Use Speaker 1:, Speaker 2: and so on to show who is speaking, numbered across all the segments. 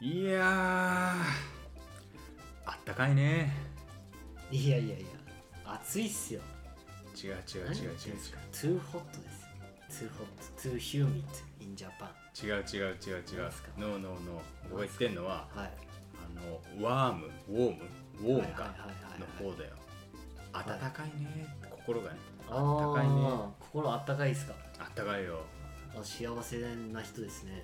Speaker 1: いやーあったかいね
Speaker 2: いやいやいや暑いっすよ
Speaker 1: 違う違う違う
Speaker 2: 何
Speaker 1: 違
Speaker 2: 言ってんすか too hot ですよ too hot too humid in Japan
Speaker 1: う違う違う違う違う違う
Speaker 2: 何すか
Speaker 1: ノーノーノー僕が言ってんのは
Speaker 2: はい
Speaker 1: あのワームウォームウォームか
Speaker 2: はいはいはいはい
Speaker 1: の
Speaker 2: はい
Speaker 1: 方だよ暖
Speaker 2: い
Speaker 1: かいね心がね
Speaker 2: あ
Speaker 1: あったかいね
Speaker 2: ー心あったかいっすか
Speaker 1: あったかいよ
Speaker 2: あ幸せな人ですね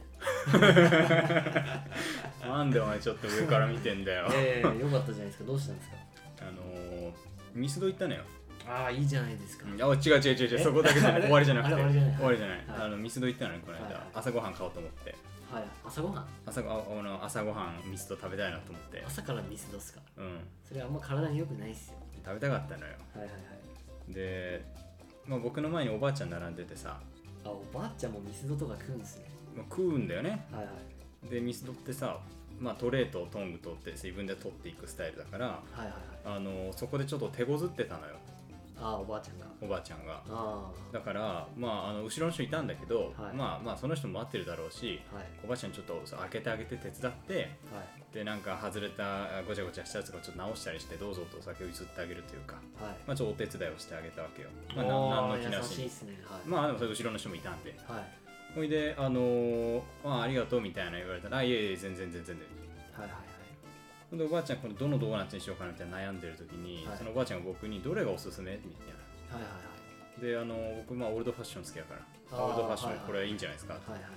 Speaker 1: なんでお前ちょっと上から見てんだよ
Speaker 2: ええよかったじゃないですかどうしたんですか
Speaker 1: あのー、ミスド行ったのよ
Speaker 2: ああいいじゃないですか、
Speaker 1: あ違う違う違う違う
Speaker 2: え
Speaker 1: そこだけじゃな
Speaker 2: あ
Speaker 1: い
Speaker 2: れ
Speaker 1: 終わりじゃなくて
Speaker 2: あれ終わりじゃない
Speaker 1: 終わりじゃない
Speaker 2: はい
Speaker 1: あのミスド行ったのよこの間、
Speaker 2: はいはい
Speaker 1: 朝ごはん買おうと思って
Speaker 2: はい朝ごはん
Speaker 1: 朝ごああの朝ごはんミスド食べたいなと思って
Speaker 2: 朝からミスドっすか
Speaker 1: うん
Speaker 2: それあんま体に良くないっすよ
Speaker 1: 食べたかったのよ
Speaker 2: はいはいはい
Speaker 1: で、まあ、僕の前におばあちゃん並んでてさ、
Speaker 2: あおばあちゃんもミスドとか食うんすね
Speaker 1: まあ、食うんだよね
Speaker 2: はいはい
Speaker 1: でミスドってさ、まあ、トレーとトング取って自分で取っていくスタイルだから
Speaker 2: はいはいはい
Speaker 1: あのそこでちょっと手こずってたのよ
Speaker 2: ああおばあちゃんが
Speaker 1: おばあちゃんが
Speaker 2: あ
Speaker 1: だから、まあ、あの後ろの人いたんだけど、
Speaker 2: はい
Speaker 1: まあまあその人も待ってるだろうし
Speaker 2: あはい
Speaker 1: おばあちゃんちょっとそう開けてあげて手伝って
Speaker 2: はい
Speaker 1: でなんか外れたあごちゃごちゃしたやつとかちょっと直したりしてどうぞとお酒を譲ってあげるというか、
Speaker 2: はい
Speaker 1: まあ、ちょっとお手伝いをしてあげたわけよ、まあ、な
Speaker 2: おー
Speaker 1: んなんの気なし
Speaker 2: 優しいっ
Speaker 1: に
Speaker 2: すねはい、
Speaker 1: まあでもそれ後ろの人もいたんで
Speaker 2: はい
Speaker 1: ほいであのーまあ、ありがとうみたいな言われたらあいえいえ全然全然全然
Speaker 2: はいはいはい
Speaker 1: ほんでおばあちゃんこのどのドーナツにしようかなみたいな悩んでる時に、
Speaker 2: はい
Speaker 1: そのおばあちゃんが僕にどれがおすすめみたいな
Speaker 2: はいはい
Speaker 1: であの僕まあオールドファッション好きやから
Speaker 2: あー
Speaker 1: オールドファッション、
Speaker 2: はいはい
Speaker 1: これはいいんじゃないですか、
Speaker 2: はいはいはい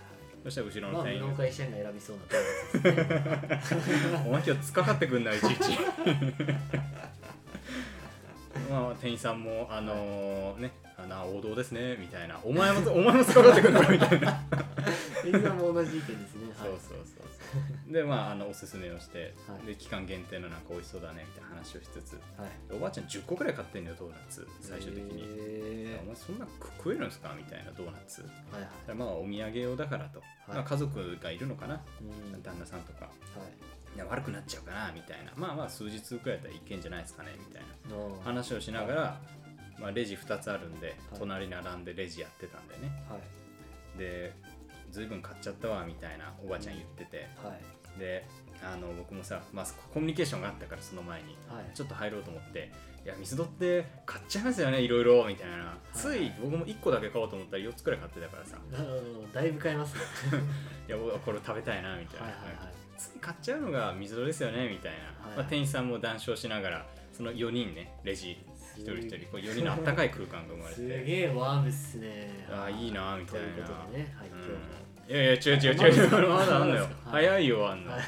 Speaker 1: そしたら後ろ
Speaker 2: ま
Speaker 1: の
Speaker 2: あ
Speaker 1: 店
Speaker 2: 無
Speaker 1: 員が
Speaker 2: 能会社員が選び そうなと思います
Speaker 1: 「お前今日つっかかってくんないちいち」 まあ店員さんもあのーねあの王道ですねみたいな「お前もお前もつっかかってくんない」みたいな
Speaker 2: みんなも同じ意見ですねは
Speaker 1: そ
Speaker 2: いう
Speaker 1: そうそうそうでまああのおすすめをして、
Speaker 2: はい
Speaker 1: で期間限定のなんか美味しそうだねみたいな話をしつつ
Speaker 2: はい
Speaker 1: おばあちゃん10個くらい買ってんのよドーナツ最終的に。
Speaker 2: へ
Speaker 1: お前そんな食食えるんですかみたいなドーナツ
Speaker 2: ーはいはい
Speaker 1: まあお土産用だからと、
Speaker 2: はい
Speaker 1: まあ、家族がいるのかな
Speaker 2: うん
Speaker 1: 旦那さんとか
Speaker 2: はい
Speaker 1: いや悪くなっちゃうかなみたいなまあまあ数日くらいだったらいけんじゃないですかねみたいな
Speaker 2: のはい
Speaker 1: 話をしながら、まあ、レジ2つあるんで
Speaker 2: はい
Speaker 1: 隣並んでレジやってたんだよねでずいぶん買っちゃったわみたいなおばちゃん言ってて
Speaker 2: はい
Speaker 1: であの僕もさ、まあ、コミュニケーションがあったからその前に
Speaker 2: はい
Speaker 1: ちょっと入ろうと思って「いやミスドって買っちゃいますよねいろいろ」みたいなつい僕も1個だけ買おうと思ったら4つくらい買ってたからさ「
Speaker 2: あのだいぶ変えますね
Speaker 1: いや僕はこれ食べたいな」みたい
Speaker 2: は
Speaker 1: ない
Speaker 2: はいはい
Speaker 1: つい買っちゃうのが水戸ですよねみたいな、
Speaker 2: はい
Speaker 1: まあ、店員さんも談笑しながらその4人ねレジ
Speaker 2: す
Speaker 1: 一人一人こう4人のあったかい空間が生まれ
Speaker 2: す
Speaker 1: て
Speaker 2: げえワームっすね
Speaker 1: ああいいなみたいな
Speaker 2: ということでねはい今日も
Speaker 1: うんいやいや違う違う違う
Speaker 2: あまだ
Speaker 1: 違う まだあんの
Speaker 2: まだです
Speaker 1: よ
Speaker 2: かはい
Speaker 1: 早いよあんの
Speaker 2: はい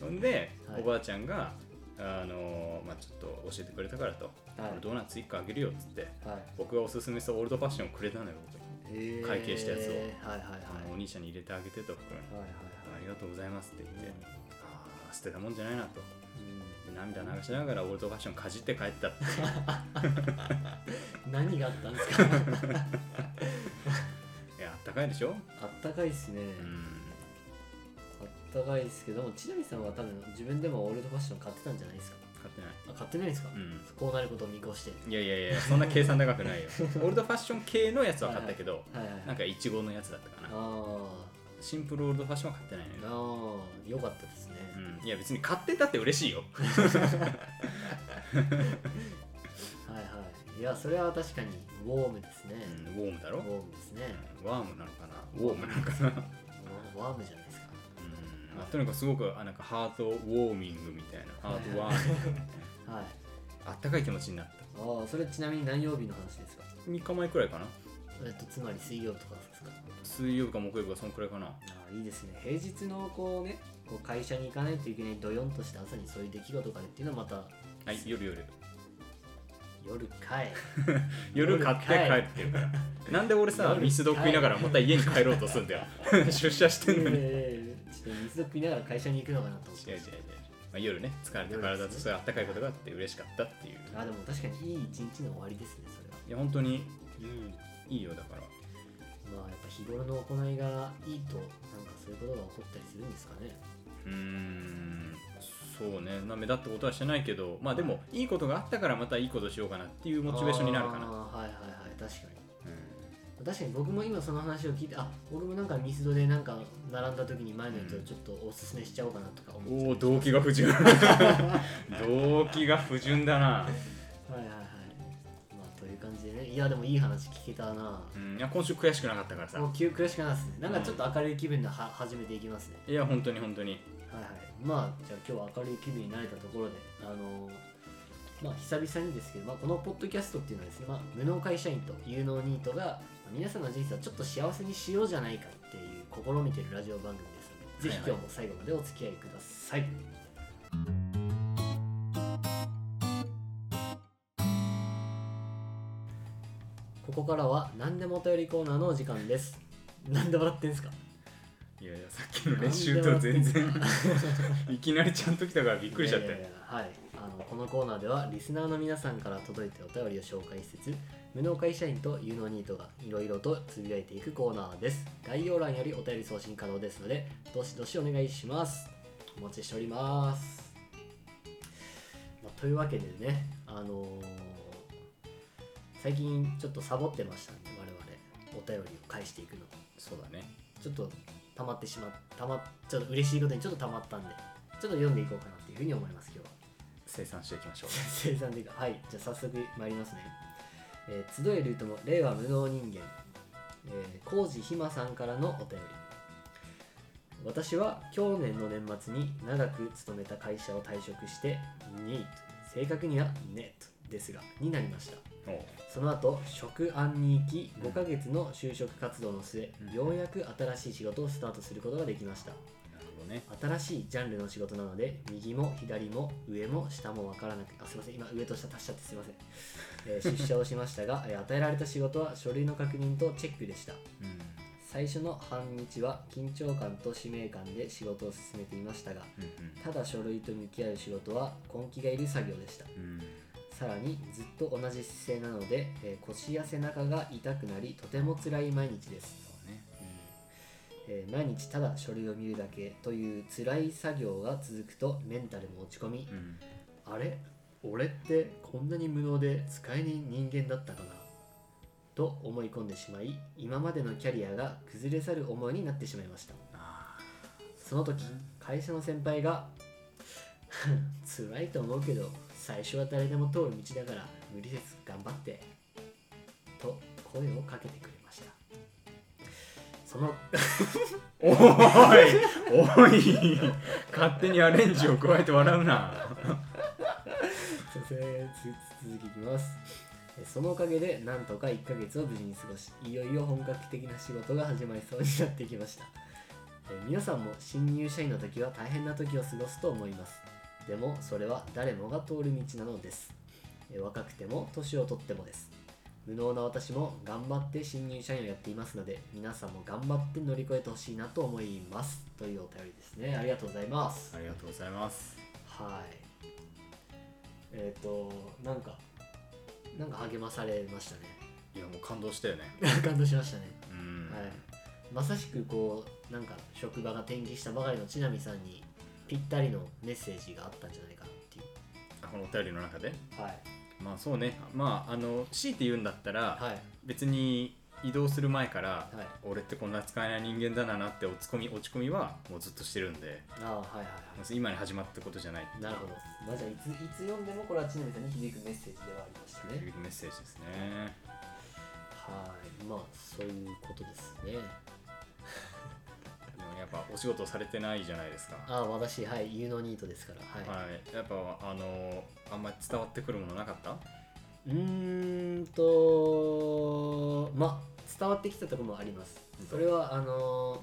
Speaker 1: ほんで
Speaker 2: はい
Speaker 1: おばあちゃんがあのーまあちょっと教えてくれたからと
Speaker 2: はい
Speaker 1: これドーナツ1個あげるよっつって
Speaker 2: はい
Speaker 1: 僕がおすすめしたオールドファッションをくれたのよ僕
Speaker 2: へー
Speaker 1: 会計したやつを
Speaker 2: はいはいはい
Speaker 1: あのお兄ちゃんに入れてあげてと袋に
Speaker 2: はいはい
Speaker 1: ありがとうございますって言って
Speaker 2: は
Speaker 1: ああ捨てたもんじゃないなと
Speaker 2: いうん
Speaker 1: で涙流しながらオールドファッションかじ って帰ったって
Speaker 2: 何があったんですか
Speaker 1: いやあったかいでしょ
Speaker 2: あったかいっすね、
Speaker 1: うん
Speaker 2: あったかいっすけども千波さんは多分自分でもオールドファッション買ってたんじゃないですか
Speaker 1: 買ってない
Speaker 2: あ買ってないですか、
Speaker 1: うん
Speaker 2: こうなることを見越して
Speaker 1: いやいやい やそんな計算高くないよオールドファッション系のやつは買ったけど
Speaker 2: はいはいはい
Speaker 1: なんかイチゴのやつだったか
Speaker 2: あ
Speaker 1: な
Speaker 2: あ
Speaker 1: シンプルオールドファッションは買ってないのよ、
Speaker 2: ああよかったですね、
Speaker 1: うん、いや別に買ってたって嬉しいよ
Speaker 2: はいはいいやそれは確かにウォームですね、
Speaker 1: うんウォームだろ
Speaker 2: ウォームですね、
Speaker 1: うんワームなのかなウォームなのかな、うん
Speaker 2: ワームじゃないですか
Speaker 1: まあ、とにかくすごくあなんかハートウォーミングみたいなハートワーミング
Speaker 2: はい
Speaker 1: あったかい気持ちになった
Speaker 2: ああそれちなみに何曜日の話ですか
Speaker 1: 3日前くらいかな
Speaker 2: えっとつまり水曜とかですか
Speaker 1: 水曜日か木曜日かそんくらいかな
Speaker 2: ああいいですね平日のこうねこう会社に行かないといけないドヨンとした朝にそういう出来事があるっていうのはまた
Speaker 1: はい夜夜
Speaker 2: 夜かい
Speaker 1: 夜買って帰ってるからなんで俺さ
Speaker 2: 夜
Speaker 1: ミスド食いながらまた家に帰ろうとすんだよ 出社してんのに
Speaker 2: ええちょっと水を食いながら会社に行くのかなと思っ
Speaker 1: 違う違う違
Speaker 2: て
Speaker 1: う、まあ、夜ね疲れた体とそういうあったかいことがあって嬉しかったっていう
Speaker 2: あでも確かにいい一日の終わりですねそれはい
Speaker 1: や本当に
Speaker 2: うん
Speaker 1: いいよだから
Speaker 2: まあやっぱ日頃の行いがいいとなんかそういうことが起こったりするんですかね
Speaker 1: うーんそうねな目立ったことはしてないけどまあでもいいことがあったからまたいいことしようかなっていうモチベーションになるかな
Speaker 2: ああはいはいはい確かに
Speaker 1: うん
Speaker 2: 確かに僕も今その話を聞いてあ俺もなんかミスドでなんか並んだ時に前のやつをちょっとおすすめしちゃおうかなとか思って
Speaker 1: おお動機が不 純動機が不純だな、
Speaker 2: はいはいはいまあという感じでねいやでもいい話聞けたな
Speaker 1: うん、いや今週悔しくなかったから
Speaker 2: も
Speaker 1: さ
Speaker 2: う急苦しくなですねなんかちょっと明るい気分では始めていきますね
Speaker 1: いや本当に本当に
Speaker 2: はいはいまあじゃあ今日は明るい気分になれたところであのーまあ久々にですけど、まあ、このポッドキャストっていうのはですね、まあ、無能会社員と有能ニートが、まあ皆さんの人生をちょっと幸せにしようじゃないかっていう試みてるラジオ番組ですので、ぜひ今日も最後までお付き合いくださいここからは何でもお便りコーナーのお時間ですなんで笑ってんすか
Speaker 1: いやいやさっきの練習と全然 いきなりちゃんと来たからびっくりしちゃった
Speaker 2: い
Speaker 1: よ
Speaker 2: やいやいやはいあのこのコーナーではリスナーの皆さんから届いたお便りを紹介しつつ無能会社員と有能ニートがいろいろとつぶやいていくコーナーです概要欄よりお便り送信可能ですのでどしどしお願いしますお待ちしております、まあというわけでねあのー最近ちょっとサボってましたんで我々お便りを返していくの
Speaker 1: そうだね
Speaker 2: ちょっと溜まってしまったまっちょっと嬉しいことにちょっと溜まったんでちょっと読んでいこうかなっていうふうに思います今日は
Speaker 1: 生産していきましょう
Speaker 2: 生産というかはいじゃあ早速参りますね、えー集えるとも令和無能人間、えー、浩二ひまさんからのお便り私は去年の年末に長く勤めた会社を退職してニート正確にはネットですがになりました
Speaker 1: おう
Speaker 2: その後職安に行き5ヶ月の就職活動の末、
Speaker 1: うん
Speaker 2: ようやく新しい仕事をスタートすることができました
Speaker 1: なるほどね
Speaker 2: 新しいジャンルの仕事なので右も左も上も下もわからなくあすいません今上と下足しちゃってすいません、え ー出社をしましたがえー与えられた仕事は書類の確認とチェックでした
Speaker 1: うん
Speaker 2: 最初の半日は緊張感と使命感で仕事を進めていましたが
Speaker 1: うん
Speaker 2: ただ書類と向き合う仕事は根気がいる作業でした
Speaker 1: うん
Speaker 2: さらにずっと同じ姿勢なので、えー腰や背中が痛くなりとても辛い毎日です、
Speaker 1: そうね
Speaker 2: えー毎日ただ書類を見るだけという辛い作業が続くとメンタルも落ち込み、
Speaker 1: うん
Speaker 2: あれ俺ってこんなに無能で使えに人間だったかなと思い込んでしまい今までのキャリアが崩れ去る思いになってしまいました
Speaker 1: あ
Speaker 2: その時会社の先輩が 「辛いと思うけど最初は誰でも通る道だから無理せず頑張って」と声をかけてくれましたその
Speaker 1: ーおいおい勝手にアレンジを加えて笑うな
Speaker 2: すいませんつ続きいきますえそのおかげでなんとか1ヶ月を無事に過ごしいよいよ本格的な仕事が始まりそうになってきましたえ皆さんも新入社員の時は大変な時を過ごすと思いますでもそれは誰もが通る道なのですえ若くても年を取ってもです無能な私も頑張って新入社員をやっていますので皆さんも頑張って乗り越えてほしいなと思いますというお便りですねありがとうございます
Speaker 1: ありがとうございます
Speaker 2: はい。えっ、と、なんか、なんか励まされましたね。
Speaker 1: いやもう感動したよね
Speaker 2: 感動しましたね。
Speaker 1: うん
Speaker 2: はい。まさしくこう、なんか職場が転勤したばかりのちなみさんにぴったりのメッセージがあったんじゃないかなってい
Speaker 1: あこのお便りの中で
Speaker 2: う。はい。
Speaker 1: まあそうねまああの強いて言うんだったら、
Speaker 2: はい。
Speaker 1: 別に移動する前から、
Speaker 2: はい。
Speaker 1: 俺ってこんな使えない人間だななって落ち込み落ち込みはもうずっとしてるんで
Speaker 2: ああ、はいはいは
Speaker 1: 今に始まったことじゃない
Speaker 2: い。なるほど。まあ、じゃあいつ、いつ読んでもこれはちなみさんに響くメッセージではありました
Speaker 1: とい
Speaker 2: ね。
Speaker 1: うメッセージですね
Speaker 2: はい。まあ、そういうことですね。
Speaker 1: でもやっぱお仕事されてないじゃないですか
Speaker 2: ああ、私、はい、有能ニートですから。はい。
Speaker 1: はいやっぱあのあんまり伝わってくるものなかった
Speaker 2: うーんとまあ伝わってきたところもあります
Speaker 1: 本当
Speaker 2: それはあの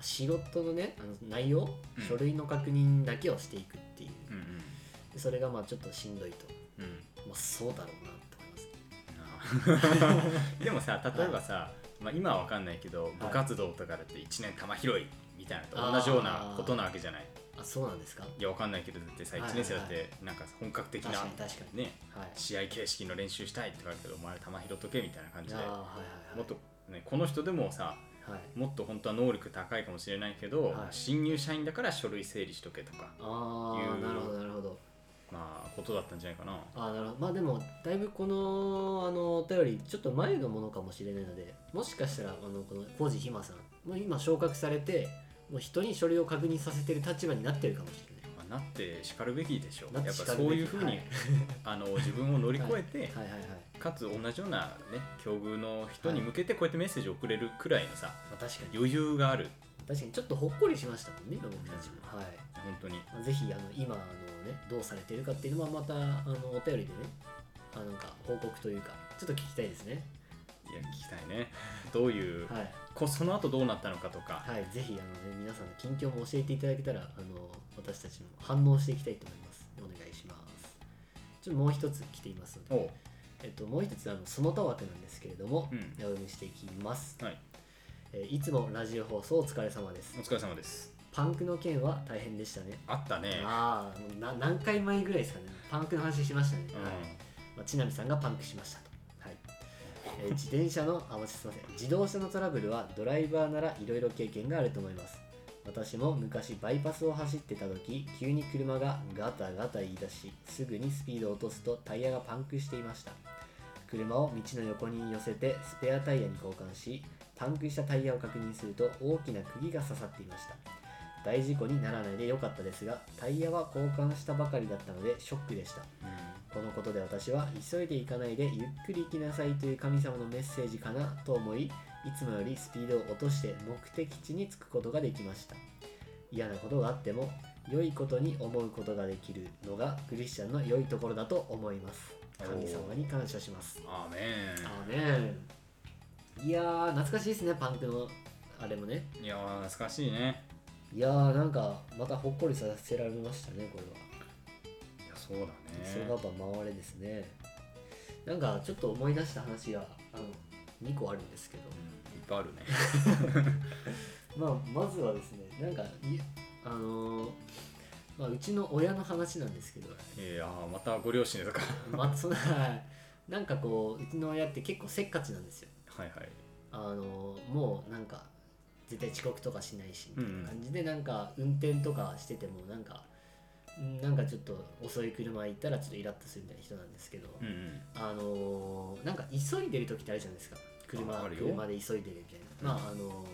Speaker 2: 仕事のねあの内容、
Speaker 1: うん
Speaker 2: 書類の確認だけをしていくっていう
Speaker 1: うん
Speaker 2: でそれがまあちょっとしんどいと
Speaker 1: うんうん
Speaker 2: まあそうだろうなと思います
Speaker 1: なあでも さ例えばさ、まあ、今は分かんないけど部活動とかだって1年玉拾いみたいなのと同じようなことなわけじゃない
Speaker 2: あそうなんですか
Speaker 1: いや分かんないけどだってさ
Speaker 2: はい
Speaker 1: 1年生だってなんか本格的な、
Speaker 2: 確かに確かに
Speaker 1: ね
Speaker 2: はい
Speaker 1: 試合形式の練習したいって言われたらお前ら球拾っとけみたいな感じで
Speaker 2: ああ
Speaker 1: も
Speaker 2: はいはいはい
Speaker 1: っと、ね、この人でもさ
Speaker 2: はい
Speaker 1: もっと本当は能力高いかもしれないけど、
Speaker 2: はい
Speaker 1: 新入社員だから書類整理しとけとか、
Speaker 2: ああ
Speaker 1: いう
Speaker 2: なるほどなるほど
Speaker 1: まあ、まあことだったんじゃないかな
Speaker 2: あーなるほどまあでもだいぶこのあのお便りちょっと前のものかもしれないのでもしかしたらあのこの浩二ひまさんもう今昇格されてもう人に書類を確認させてる立場になってるかもしれない
Speaker 1: まあなってしかるべきでしょう
Speaker 2: な
Speaker 1: やっ
Speaker 2: って
Speaker 1: ぱ
Speaker 2: し
Speaker 1: そ
Speaker 2: かるべき
Speaker 1: ういうふうに、
Speaker 2: はい
Speaker 1: あの自分を乗り越えて、
Speaker 2: はいはいはい、
Speaker 1: かつ同じような、ね、境遇の人に向けてこうやってメッセージを送れるくらいのさ
Speaker 2: まあ、確かに
Speaker 1: 余裕がある
Speaker 2: 確かにちょっとほっこりしましたもんね僕たちも、はい
Speaker 1: 本当に
Speaker 2: まあぜひあの今あの、ね、どうされてるかっていうのはまたあのお便りでねあなんか報告というかちょっと聞きたいですね
Speaker 1: いや聞きたいねどういう、
Speaker 2: はい、
Speaker 1: こその後どうなったのかとか、
Speaker 2: はい、ぜひあの、ね、皆さんの近況も教えていただけたらあの私たちも反応していきたいと思いますお願いしますちょっともう一つ来ていますので、
Speaker 1: おう
Speaker 2: えっと、もう一つあのその他枠なんですけれども、
Speaker 1: うん
Speaker 2: お読みしていきます、
Speaker 1: はい
Speaker 2: えーいつもラジオ放送お疲れ様です
Speaker 1: お疲れ様です
Speaker 2: パンクの件は大変でしたね
Speaker 1: あったね
Speaker 2: ああもうな何回前ぐらいですかねパンクの話しましたね、
Speaker 1: うん
Speaker 2: はいまあ、ちなみさんがパンクしましたと、はいえー自転車のあすいません自動車のトラブルはドライバーならいろいろ経験があると思います私も昔バイパスを走ってた時急に車がガタガタ言い出しすぐにスピードを落とすとタイヤがパンクしていました車を道の横に寄せてスペアタイヤに交換しパンクしたタイヤを確認すると大きな釘が刺さっていました大事故にならないでよかったですがタイヤは交換したばかりだったのでショックでし
Speaker 1: う
Speaker 2: た
Speaker 1: ん
Speaker 2: このことで私は急いで行かないでゆっくり行きなさいという神様のメッセージかなと思いいつもよりスピードを落として目的地に着くことができました嫌なことがあっても良いことに思うことができるのがクリスチャンの良いところだと思います神様に感謝します
Speaker 1: アーメ
Speaker 2: あーねいやー懐かしいですねパンクのあれもね
Speaker 1: ンいやー懐かしいね
Speaker 2: いやーなんかまたほっこりさせられましたねこれはい
Speaker 1: やそうだね
Speaker 2: それがやっぱ回れですねなんかちょっと思い出した話があの2個あるんですけど
Speaker 1: うん、いっぱいあるね
Speaker 2: まあまずはですねなんかいあのーまあ、うちの親の話なんですけ ど、
Speaker 1: いやーまたご両親とか
Speaker 2: まあ、そんななんかこううちの親って結構せっかちなんですよ
Speaker 1: はいはい
Speaker 2: あのーもうなんか絶対遅刻とかしないしみたいな感じで、なんか運転とかしててもなんかうんなんかちょっと遅い車行ったらちょっとイラッとするみたいな人なんですけど、
Speaker 1: うんうん
Speaker 2: あのーなんか急いでる時ってあるじゃないですか車
Speaker 1: ああるよ
Speaker 2: 車で急いでるみたいな、
Speaker 1: うん
Speaker 2: まああのー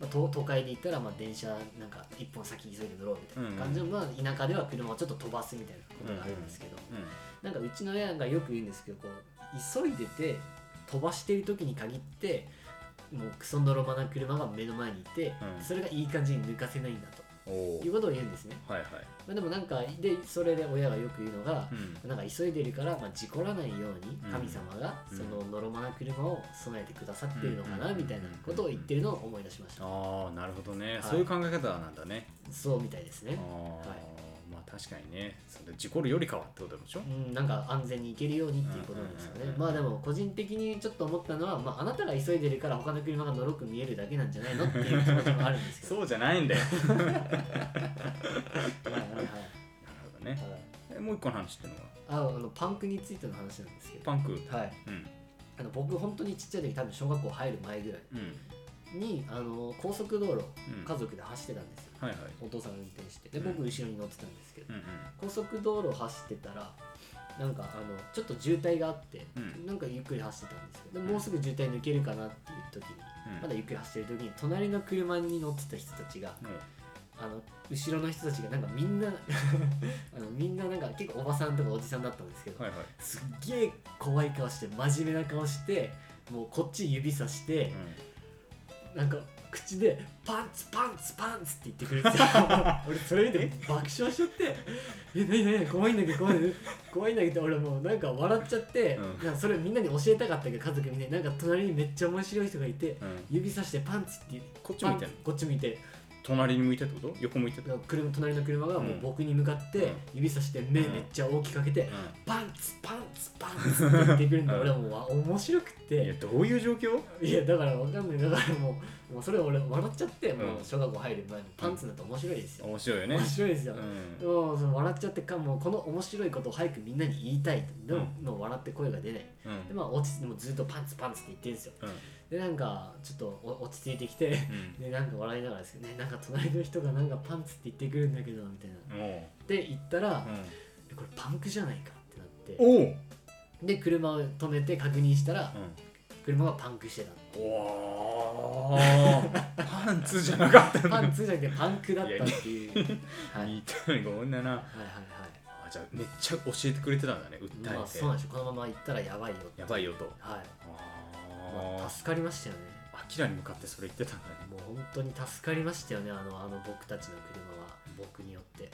Speaker 2: まあ、都都会で行ったらまあ電車なんか一本先急いで乗ろうみたいな感じの、まあ、田舎では車をちょっと飛ばすみたいなことがあるんですけど、
Speaker 1: うん
Speaker 2: なんかうちの親がよく言うんですけどこう急いでて飛ばしてる時に限ってもうクソのろまな車が目の前にいて、
Speaker 1: うん
Speaker 2: それがいい感じに抜かせないんだ
Speaker 1: おお
Speaker 2: ということを言うんですね、
Speaker 1: はいはい
Speaker 2: まあ、でもなんかでそれで親がよく言うのが、
Speaker 1: うん
Speaker 2: なんか急いでるから、まあ、事故らないように
Speaker 1: うん
Speaker 2: 神様が
Speaker 1: うん
Speaker 2: そののろまな車を備えてくださっているのかな
Speaker 1: うん
Speaker 2: みたいなことを言ってるのを思い出しました
Speaker 1: ああなるほどね、
Speaker 2: い
Speaker 1: そういう考え方なんだね
Speaker 2: そうみたいです
Speaker 1: あー、
Speaker 2: ね
Speaker 1: まあ確かにねそれ事故るよりかはってことでしょ
Speaker 2: うん、なんか安全に行けるようにっていうことですか
Speaker 1: うんうん
Speaker 2: ね
Speaker 1: うん
Speaker 2: まあでも個人的にちょっと思ったのは、まあ、あなたが急いでるから他の車がのろく見えるだけなんじゃないのっていう気持ちもあるんです けど
Speaker 1: そうじゃないん だよなる
Speaker 2: はいはいはいはい
Speaker 1: ほどねえもう一個の話っていうのは
Speaker 2: ああのパンクについての話なんですけど
Speaker 1: パンク
Speaker 2: はい
Speaker 1: うん
Speaker 2: あの僕本当にちっちゃい時多分小学校入る前ぐらい
Speaker 1: うん
Speaker 2: にあの高速道路
Speaker 1: うん
Speaker 2: 家族で走ってたんですよ
Speaker 1: はいはい
Speaker 2: お父さんが運転してで
Speaker 1: うん
Speaker 2: 僕後ろに乗ってたんですけど、
Speaker 1: うんうん
Speaker 2: 高速道路を走ってたらなんかあのちょっと渋滞があって、
Speaker 1: うん
Speaker 2: なんかゆっくり走ってたんですけどで
Speaker 1: うん
Speaker 2: もうすぐ渋滞抜けるかなっていう時に、
Speaker 1: うん
Speaker 2: まだゆっくり走ってる時に隣の車に乗ってた人たちが
Speaker 1: もう
Speaker 2: あの後ろの人たちがなんかみんな あのみんななんか結構おばさんとかおじさんだったんですけど、
Speaker 1: はいはい
Speaker 2: すっげえ怖い顔して真面目な顔してもうこっち指さして、なんか口でパンツパンツパンツって言ってく れてた俺それ見て爆笑しちゃって「え何何怖いんだけど怖いんだけど怖いんだけど」俺もうなんか笑っちゃって、
Speaker 1: うん
Speaker 2: なんかそれみんなに教えたかったけど家族みんなになんか隣にめっちゃ面白い人がいて
Speaker 1: うんうん
Speaker 2: 指さしてパンツって言って
Speaker 1: こっち向いてんの
Speaker 2: パンツこっち向いて
Speaker 1: 隣に向いてってこと横向いてって
Speaker 2: なんか車隣の車がもう僕に向かって
Speaker 1: うん
Speaker 2: 指さして目
Speaker 1: うん
Speaker 2: めっちゃ大きくかけて、
Speaker 1: う
Speaker 2: パンツパンツパンツって言ってくるんだ
Speaker 1: うん
Speaker 2: 俺はもうわ面白くって
Speaker 1: んいやどういう状況
Speaker 2: いやだからわかんないだからもうもうそれ俺笑っちゃって、
Speaker 1: ん
Speaker 2: もう小学校入る前にパンツなんて面白いですよ、
Speaker 1: 面白いよね
Speaker 2: 面白いです
Speaker 1: う
Speaker 2: よ、
Speaker 1: ん
Speaker 2: もうその笑っちゃってかもうこの面白いことを早くみんなに言いたいとでも,、
Speaker 1: う
Speaker 2: もう笑って声が出ない
Speaker 1: うん
Speaker 2: でまあ落ちてもうずっとパンツパンツって言ってるんですよ
Speaker 1: うん
Speaker 2: でなんかちょっとお落ち着いてきて でなんか笑いながらですけどねなんか隣の人がなんかパンツって言ってくるんだけどみたいな
Speaker 1: うんも
Speaker 2: で言ったら、
Speaker 1: ううん
Speaker 2: これパンクじゃないかってなって
Speaker 1: おう
Speaker 2: で車を止めて確認したら車がパンクしてた
Speaker 1: うん、おーパンツじゃなかったん
Speaker 2: パ
Speaker 1: だ
Speaker 2: ンツじゃなくてパンクだったっていうはいはい
Speaker 1: 似たのにごめんだな
Speaker 2: はい
Speaker 1: あじゃあめっちゃ教えてくれてたんだね訴えて、
Speaker 2: はいまあそうなんですよこのまま行ったらやばいよ
Speaker 1: やばいよと
Speaker 2: はいま
Speaker 1: あ
Speaker 2: あ助かりましたよね
Speaker 1: あアキラに向かってそれ言ってたんだね
Speaker 2: もう本当に助かりましたよねあのあの僕たちの車は僕によって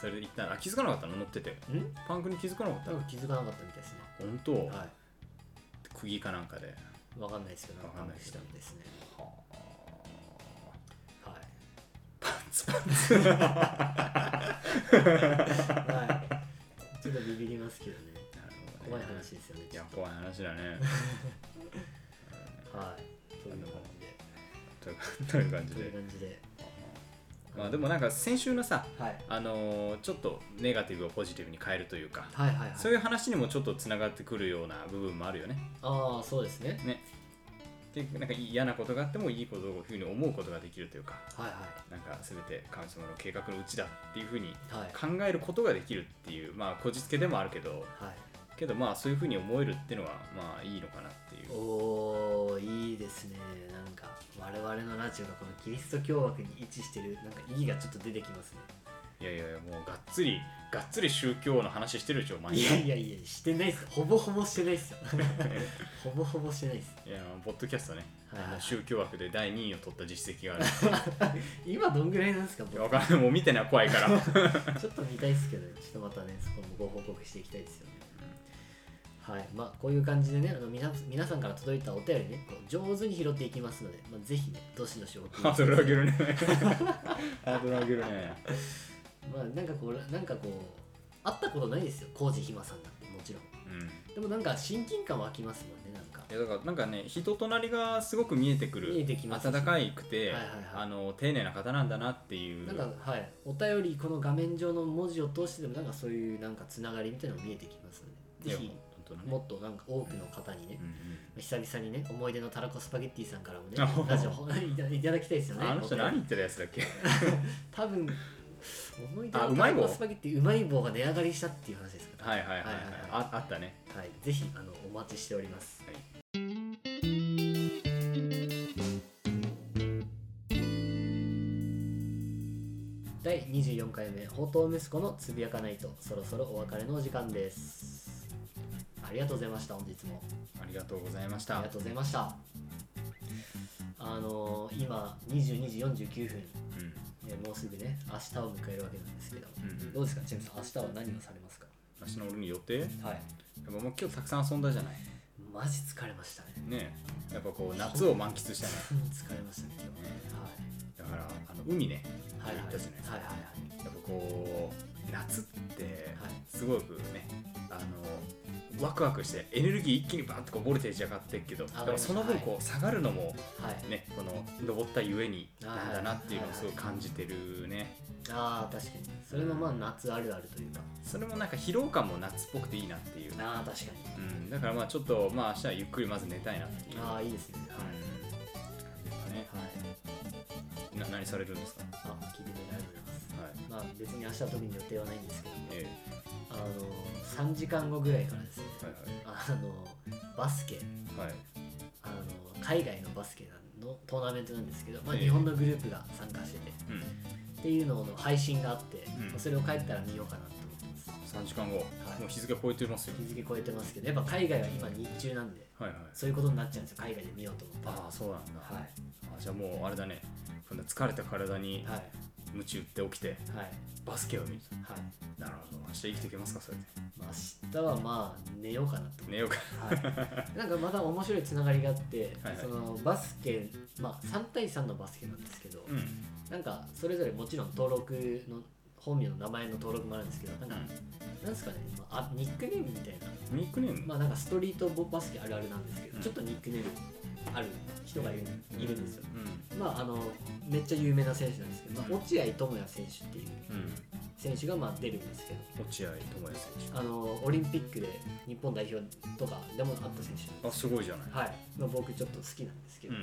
Speaker 1: それで言ったらあ気づかなかったの乗ってて
Speaker 2: ん
Speaker 1: パンクに気づかなかった、
Speaker 2: なんか気づかなかったみたいですね
Speaker 1: 本当、
Speaker 2: は
Speaker 1: 釘かなんかで
Speaker 2: いわかんないですけどなんか
Speaker 1: わかん
Speaker 2: パ
Speaker 1: な
Speaker 2: ン
Speaker 1: い
Speaker 2: クしたみたいですねはい
Speaker 1: パンツパンツ
Speaker 2: はい、 ちょっとビビりますけどね怖い話ですよね
Speaker 1: い
Speaker 2: ちょ
Speaker 1: や
Speaker 2: っ
Speaker 1: 怖い話だね
Speaker 2: とはいそういう感じで
Speaker 1: というという感じ
Speaker 2: そういう
Speaker 1: で
Speaker 2: 感じで
Speaker 1: まあでもなんか先週のさ
Speaker 2: はい
Speaker 1: あのーちょっとネガティブをポジティブに変えるというか
Speaker 2: はいはいはい
Speaker 1: そういう話にもちょっとつながってくるような部分もあるよね
Speaker 2: ああそうですね
Speaker 1: ねでなんか嫌なことがあってもいいことをこういうふうに思うことができるというか
Speaker 2: はい
Speaker 1: なんか全て神様の計画のうちだっていうふうに
Speaker 2: はいはい
Speaker 1: 考えることができるっていうまあこじつけでもあるけど
Speaker 2: はい
Speaker 1: けどまあそういうふうに思えるっていうのはまあいいのかなっていう
Speaker 2: おーいいですねなんか我々のラジオがこのキリスト教枠に位置してるなんか意義がちょっと出てきますね
Speaker 1: いやいやいやもうがっつりがっつり宗教の話してるでしょ毎
Speaker 2: いや
Speaker 1: 回
Speaker 2: いやいやしてないっすほぼほぼしてないっす よほぼほぼしてないっす
Speaker 1: いやポッドキャストね、
Speaker 2: はいはい
Speaker 1: あの宗教枠で第2位を取った実績がある
Speaker 2: 今どんぐらいなんですか
Speaker 1: い
Speaker 2: 僕
Speaker 1: やわかんないもう見てない怖いから
Speaker 2: ちょっと見たいですけど、ね、ちょっとまたね、そこもご報告していきたいですよね。はい、まあ、こういう感じでね、あの皆皆さんから届いたお便りね、こう上手に拾っていきますので、まあ、ぜひね、どしどし送って
Speaker 1: ハードル上げ
Speaker 2: る。
Speaker 1: るね ハードル上げるね
Speaker 2: まあ、なんかこう、なんかこう、会ったことないですよ、コージひまさんだって、もちろん。
Speaker 1: うん
Speaker 2: でもなんか親近感湧きますもんね、なんか。
Speaker 1: いやだからなんかね人となりがすごく見えてくる
Speaker 2: 見えてきます
Speaker 1: 温かいくて、
Speaker 2: はいはいはい
Speaker 1: あの丁寧な方なんだなっていう
Speaker 2: なんか、はい、お便り、この画面上の文字を通してでも、なんかそういうなんかつながりみたいなの見えてきますので、
Speaker 1: い
Speaker 2: ぜ
Speaker 1: や
Speaker 2: ひ、
Speaker 1: 本当だね
Speaker 2: もっとなんか多くの方にね、
Speaker 1: うんうん
Speaker 2: 久々にね思い出のたらこスパゲッティさんからもね
Speaker 1: あほう
Speaker 2: ラジオ いたいただきたいですよね
Speaker 1: あの人何言ってたやつだっ け
Speaker 2: 多分思い出
Speaker 1: あ
Speaker 2: の
Speaker 1: う
Speaker 2: た
Speaker 1: まい
Speaker 2: ら
Speaker 1: 棒
Speaker 2: こスパゲッティうまい棒が値上がりしたっていう話ですか
Speaker 1: はいはいはいはい
Speaker 2: はいはい
Speaker 1: ああったね
Speaker 2: ら、はい、ぜひあのお待ちしております
Speaker 1: はい
Speaker 2: 第24回目「放蕩息子のつぶやかないと」そろそろお別れのお時間ですありがとうございました本日も
Speaker 1: ありがとうございまし
Speaker 2: あ
Speaker 1: た
Speaker 2: りがとうございましたあのー今22時49分
Speaker 1: うん
Speaker 2: ね、もうすぐね明日を迎えるわけなんですけど、
Speaker 1: うん
Speaker 2: どうですかチェンさん明日は何をされますか
Speaker 1: 私の俺に予定やっ
Speaker 2: はい
Speaker 1: ぱもう今日たくさん遊んだじゃない
Speaker 2: マジ疲れましたね
Speaker 1: ねえやっぱこう夏を満喫したね
Speaker 2: うん疲れましたね今
Speaker 1: だからあの海ね
Speaker 2: 日はいはいはい
Speaker 1: 行ったじゃないですか
Speaker 2: はいは
Speaker 1: や
Speaker 2: い
Speaker 1: っぱこう夏って
Speaker 2: はい
Speaker 1: すごくねあのワクワクしてエネルギー一気にバーッとこうボルテージ上がってるけど
Speaker 2: 上がります
Speaker 1: でもその分
Speaker 2: はい
Speaker 1: こう下がるのも
Speaker 2: はいはい
Speaker 1: ねこの登ったゆえに
Speaker 2: はい
Speaker 1: なんだなっていうのをすごい感じてるね
Speaker 2: ああ確かにそれもまあ夏あるあるというか
Speaker 1: それもなんか疲労感も夏っぽくていいなっていう、
Speaker 2: ああ確か
Speaker 1: うん、だからまあちょっとまあ明日はゆっくりまず寝たいなってい
Speaker 2: に
Speaker 1: う
Speaker 2: ああいいですねはい、
Speaker 1: うんね
Speaker 2: はい、
Speaker 1: な何されるんですか
Speaker 2: あ聞いてくれてありがとうございます
Speaker 1: はい
Speaker 2: まあ別に明日は特に予定はないんですけど
Speaker 1: え
Speaker 2: あのー、3時間後ぐらいからですね
Speaker 1: えはい
Speaker 2: あのー、バスケ
Speaker 1: はいはい
Speaker 2: あの海外のバスケのトーナメントなんですけど、まあ、
Speaker 1: ええ
Speaker 2: 日本のグループが参加してて、
Speaker 1: うん
Speaker 2: っていうのの配信があって、
Speaker 1: うん
Speaker 2: まあそれを帰ったら見ようかなと思います
Speaker 1: 3時間後、もう日付超えてますよ
Speaker 2: 日付超えてますけどやっぱ海外は今日中なんで
Speaker 1: はいはい
Speaker 2: そういうことになっちゃうんですよ海外で見ようと思ったら
Speaker 1: ああそうなんだ、
Speaker 2: はい
Speaker 1: あじゃあもうあれだねこんな疲れた体に
Speaker 2: はい
Speaker 1: 鞭打って起きて
Speaker 2: はい
Speaker 1: バスケを見る
Speaker 2: はい、
Speaker 1: なるほど明日生きていけますかそれで
Speaker 2: まあ、明日はまあ寝ようかなと思います
Speaker 1: 寝ようか
Speaker 2: はい、 なんかまた面白いつながりがあって、
Speaker 1: はいはい
Speaker 2: そのバスケ、まあ、3対3のバスケなんですけど、
Speaker 1: うん
Speaker 2: なんかそれぞれもちろん登録の本名の名前の登録もあるんですけどなんか、なんですかね、まあ、あニックネームみたいな、
Speaker 1: ニックネーム、
Speaker 2: まあ、なんかストリートボバスケあるあるなんですけど、
Speaker 1: うん
Speaker 2: ちょっとニックネームある人がいる,、いるんですよ。
Speaker 1: う
Speaker 2: まあ、あのめっちゃ有名な選手なんですけど、まあ、
Speaker 1: うん
Speaker 2: 落合智也選手っていうん
Speaker 1: うん
Speaker 2: 選手がまあ出るんですけど
Speaker 1: 落合智也選
Speaker 2: あのオリンピックで日本代表とかでもあった選手なん
Speaker 1: 手あ
Speaker 2: です
Speaker 1: すごいじゃない、
Speaker 2: はいまあ、僕ちょっと好きなんですけ
Speaker 1: う
Speaker 2: ど、
Speaker 1: ん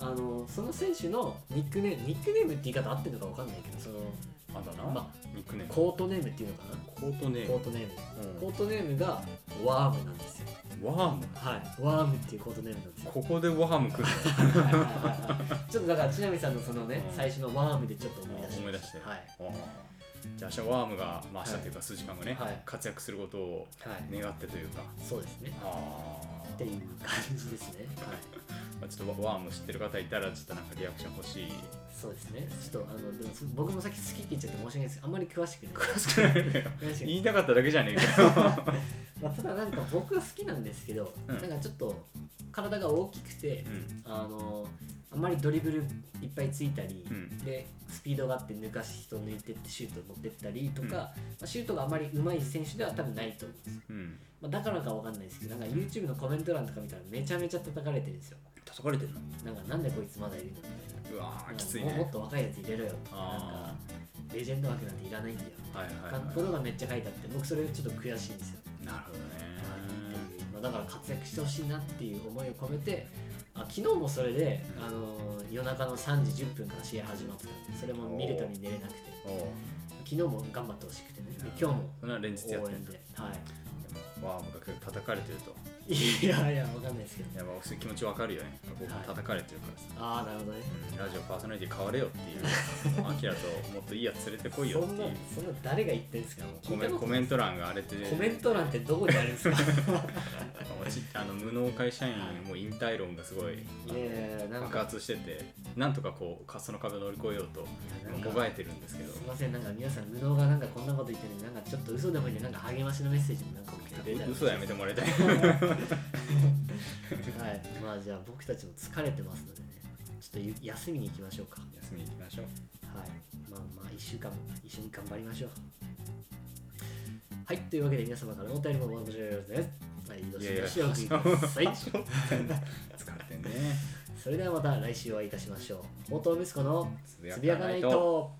Speaker 2: あのその選手のニックネームニックネームって言い方合ってるのか分かんないけどその
Speaker 1: あだな、
Speaker 2: ま
Speaker 1: ニックネーム
Speaker 2: コートネームっていうのかな
Speaker 1: ココートネー
Speaker 2: コー
Speaker 1: ム
Speaker 2: トネーム
Speaker 1: う
Speaker 2: コートネームがワームなんですよ
Speaker 1: んワーム
Speaker 2: はいワームっていうコートネームなんですよ
Speaker 1: ここでワーム来る
Speaker 2: はいはいはいはい ちょっとだからちなみさんのそのね、
Speaker 1: うん
Speaker 2: 最初のワームでちょっと思い出し
Speaker 1: 思
Speaker 2: ま
Speaker 1: い出
Speaker 2: し
Speaker 1: して
Speaker 2: たはい
Speaker 1: あーじゃあ明日ワームが、まあ、明日というか数時間がね、
Speaker 2: はい
Speaker 1: 活躍することを
Speaker 2: はい
Speaker 1: 願ってというか
Speaker 2: そうですね
Speaker 1: あー
Speaker 2: っていう感じですねはい
Speaker 1: まあちょっとワーム知ってる方いたらちょっとなんかリアクション欲しい
Speaker 2: そうですねちょっとあのでもそ僕もさっき好きって言っちゃって申し訳ないですけどあんまり詳しくない
Speaker 1: 詳しくないのよ
Speaker 2: 詳し くな
Speaker 1: 言
Speaker 2: い
Speaker 1: いたかっただけじゃねえかよ
Speaker 2: まあ、ただなんか僕は好きなんですけど、
Speaker 1: うん
Speaker 2: なんかちょっと体が大きくて
Speaker 1: う、ん
Speaker 2: あのあんまりドリブルいっぱいついたり、
Speaker 1: うん
Speaker 2: でスピードがあって抜かし人抜いてってシュート持ってったりとか、まあ、シュートがあまり上手い選手では多分ないと思うんですよ、
Speaker 1: うん
Speaker 2: まあ、だからかわかんないですけどなんか YouTube のコメント欄とか見たらめちゃめちゃ叩かれてるんですよ
Speaker 1: 叩かれてるの
Speaker 2: なんかなんでこいつまだいるのみたいな
Speaker 1: うわーきつい
Speaker 2: もうも
Speaker 1: ね
Speaker 2: っと若いやつ入れろよとかなんか
Speaker 1: あ
Speaker 2: レジェンド枠なんていらないんだよ
Speaker 1: あはいはい
Speaker 2: か
Speaker 1: はい
Speaker 2: ことがめっちゃ書いてあって僕それちょっと悔しいんですよ
Speaker 1: なるほどね
Speaker 2: っていうまあ、だから活躍してほしいなっていう思いを込めてあ昨日もそれで、あのー夜中の3時10分から試合始まってたんでそれも見るたびに寝れなくて
Speaker 1: おう
Speaker 2: 昨日も頑張ってほしくてねで今日も
Speaker 1: それは連日やっ
Speaker 2: 応
Speaker 1: てる
Speaker 2: 援
Speaker 1: んだ
Speaker 2: で、は
Speaker 1: ワームが叩かれてると
Speaker 2: い、いやいやわかんないですけど
Speaker 1: いやまあそういう気持ちわかるよね僕も叩かれてるからさ
Speaker 2: ああなるほどね
Speaker 1: うんラジオパーソナリティ変われよって いうアキラともっといいやつ連れてこいよ
Speaker 2: そ
Speaker 1: って
Speaker 2: んないそんな誰が言ってるんですかもう
Speaker 1: うコメ
Speaker 2: 聞いたこ
Speaker 1: コ
Speaker 2: と
Speaker 1: メント欄が荒れて
Speaker 2: コメント欄ってどこにあるんです か
Speaker 1: あちあの無能会社員もう引退論がすごい
Speaker 2: いやいやいやなん
Speaker 1: 爆
Speaker 2: か
Speaker 1: 発しててなんとかこう滑走の壁を乗り越えようと
Speaker 2: いやなん
Speaker 1: 今
Speaker 2: か
Speaker 1: もがいてるんですけど
Speaker 2: すいませんなんか皆さん無能がなんかこんなこと言ってるんでなんかちょっと嘘でもいいんでなんか励ましのメッセージもなんか送ってくれたら
Speaker 1: う嘘はやめてもら いたい
Speaker 2: はい、まあじゃあ僕たちも疲れてますのでね、ちょっとゆ休みに行きましょうか。はい、
Speaker 1: 休みに行きましょう
Speaker 2: まあまあ1週間一緒に頑張りましょう。はい、というわけで皆様からのお便りもお待ちしておりますね。はい、どしどし お送りください。
Speaker 1: 疲れてんね
Speaker 2: それではまた来週お会いいたしましょう。放蕩息子の
Speaker 1: つ
Speaker 2: つぶやかないと。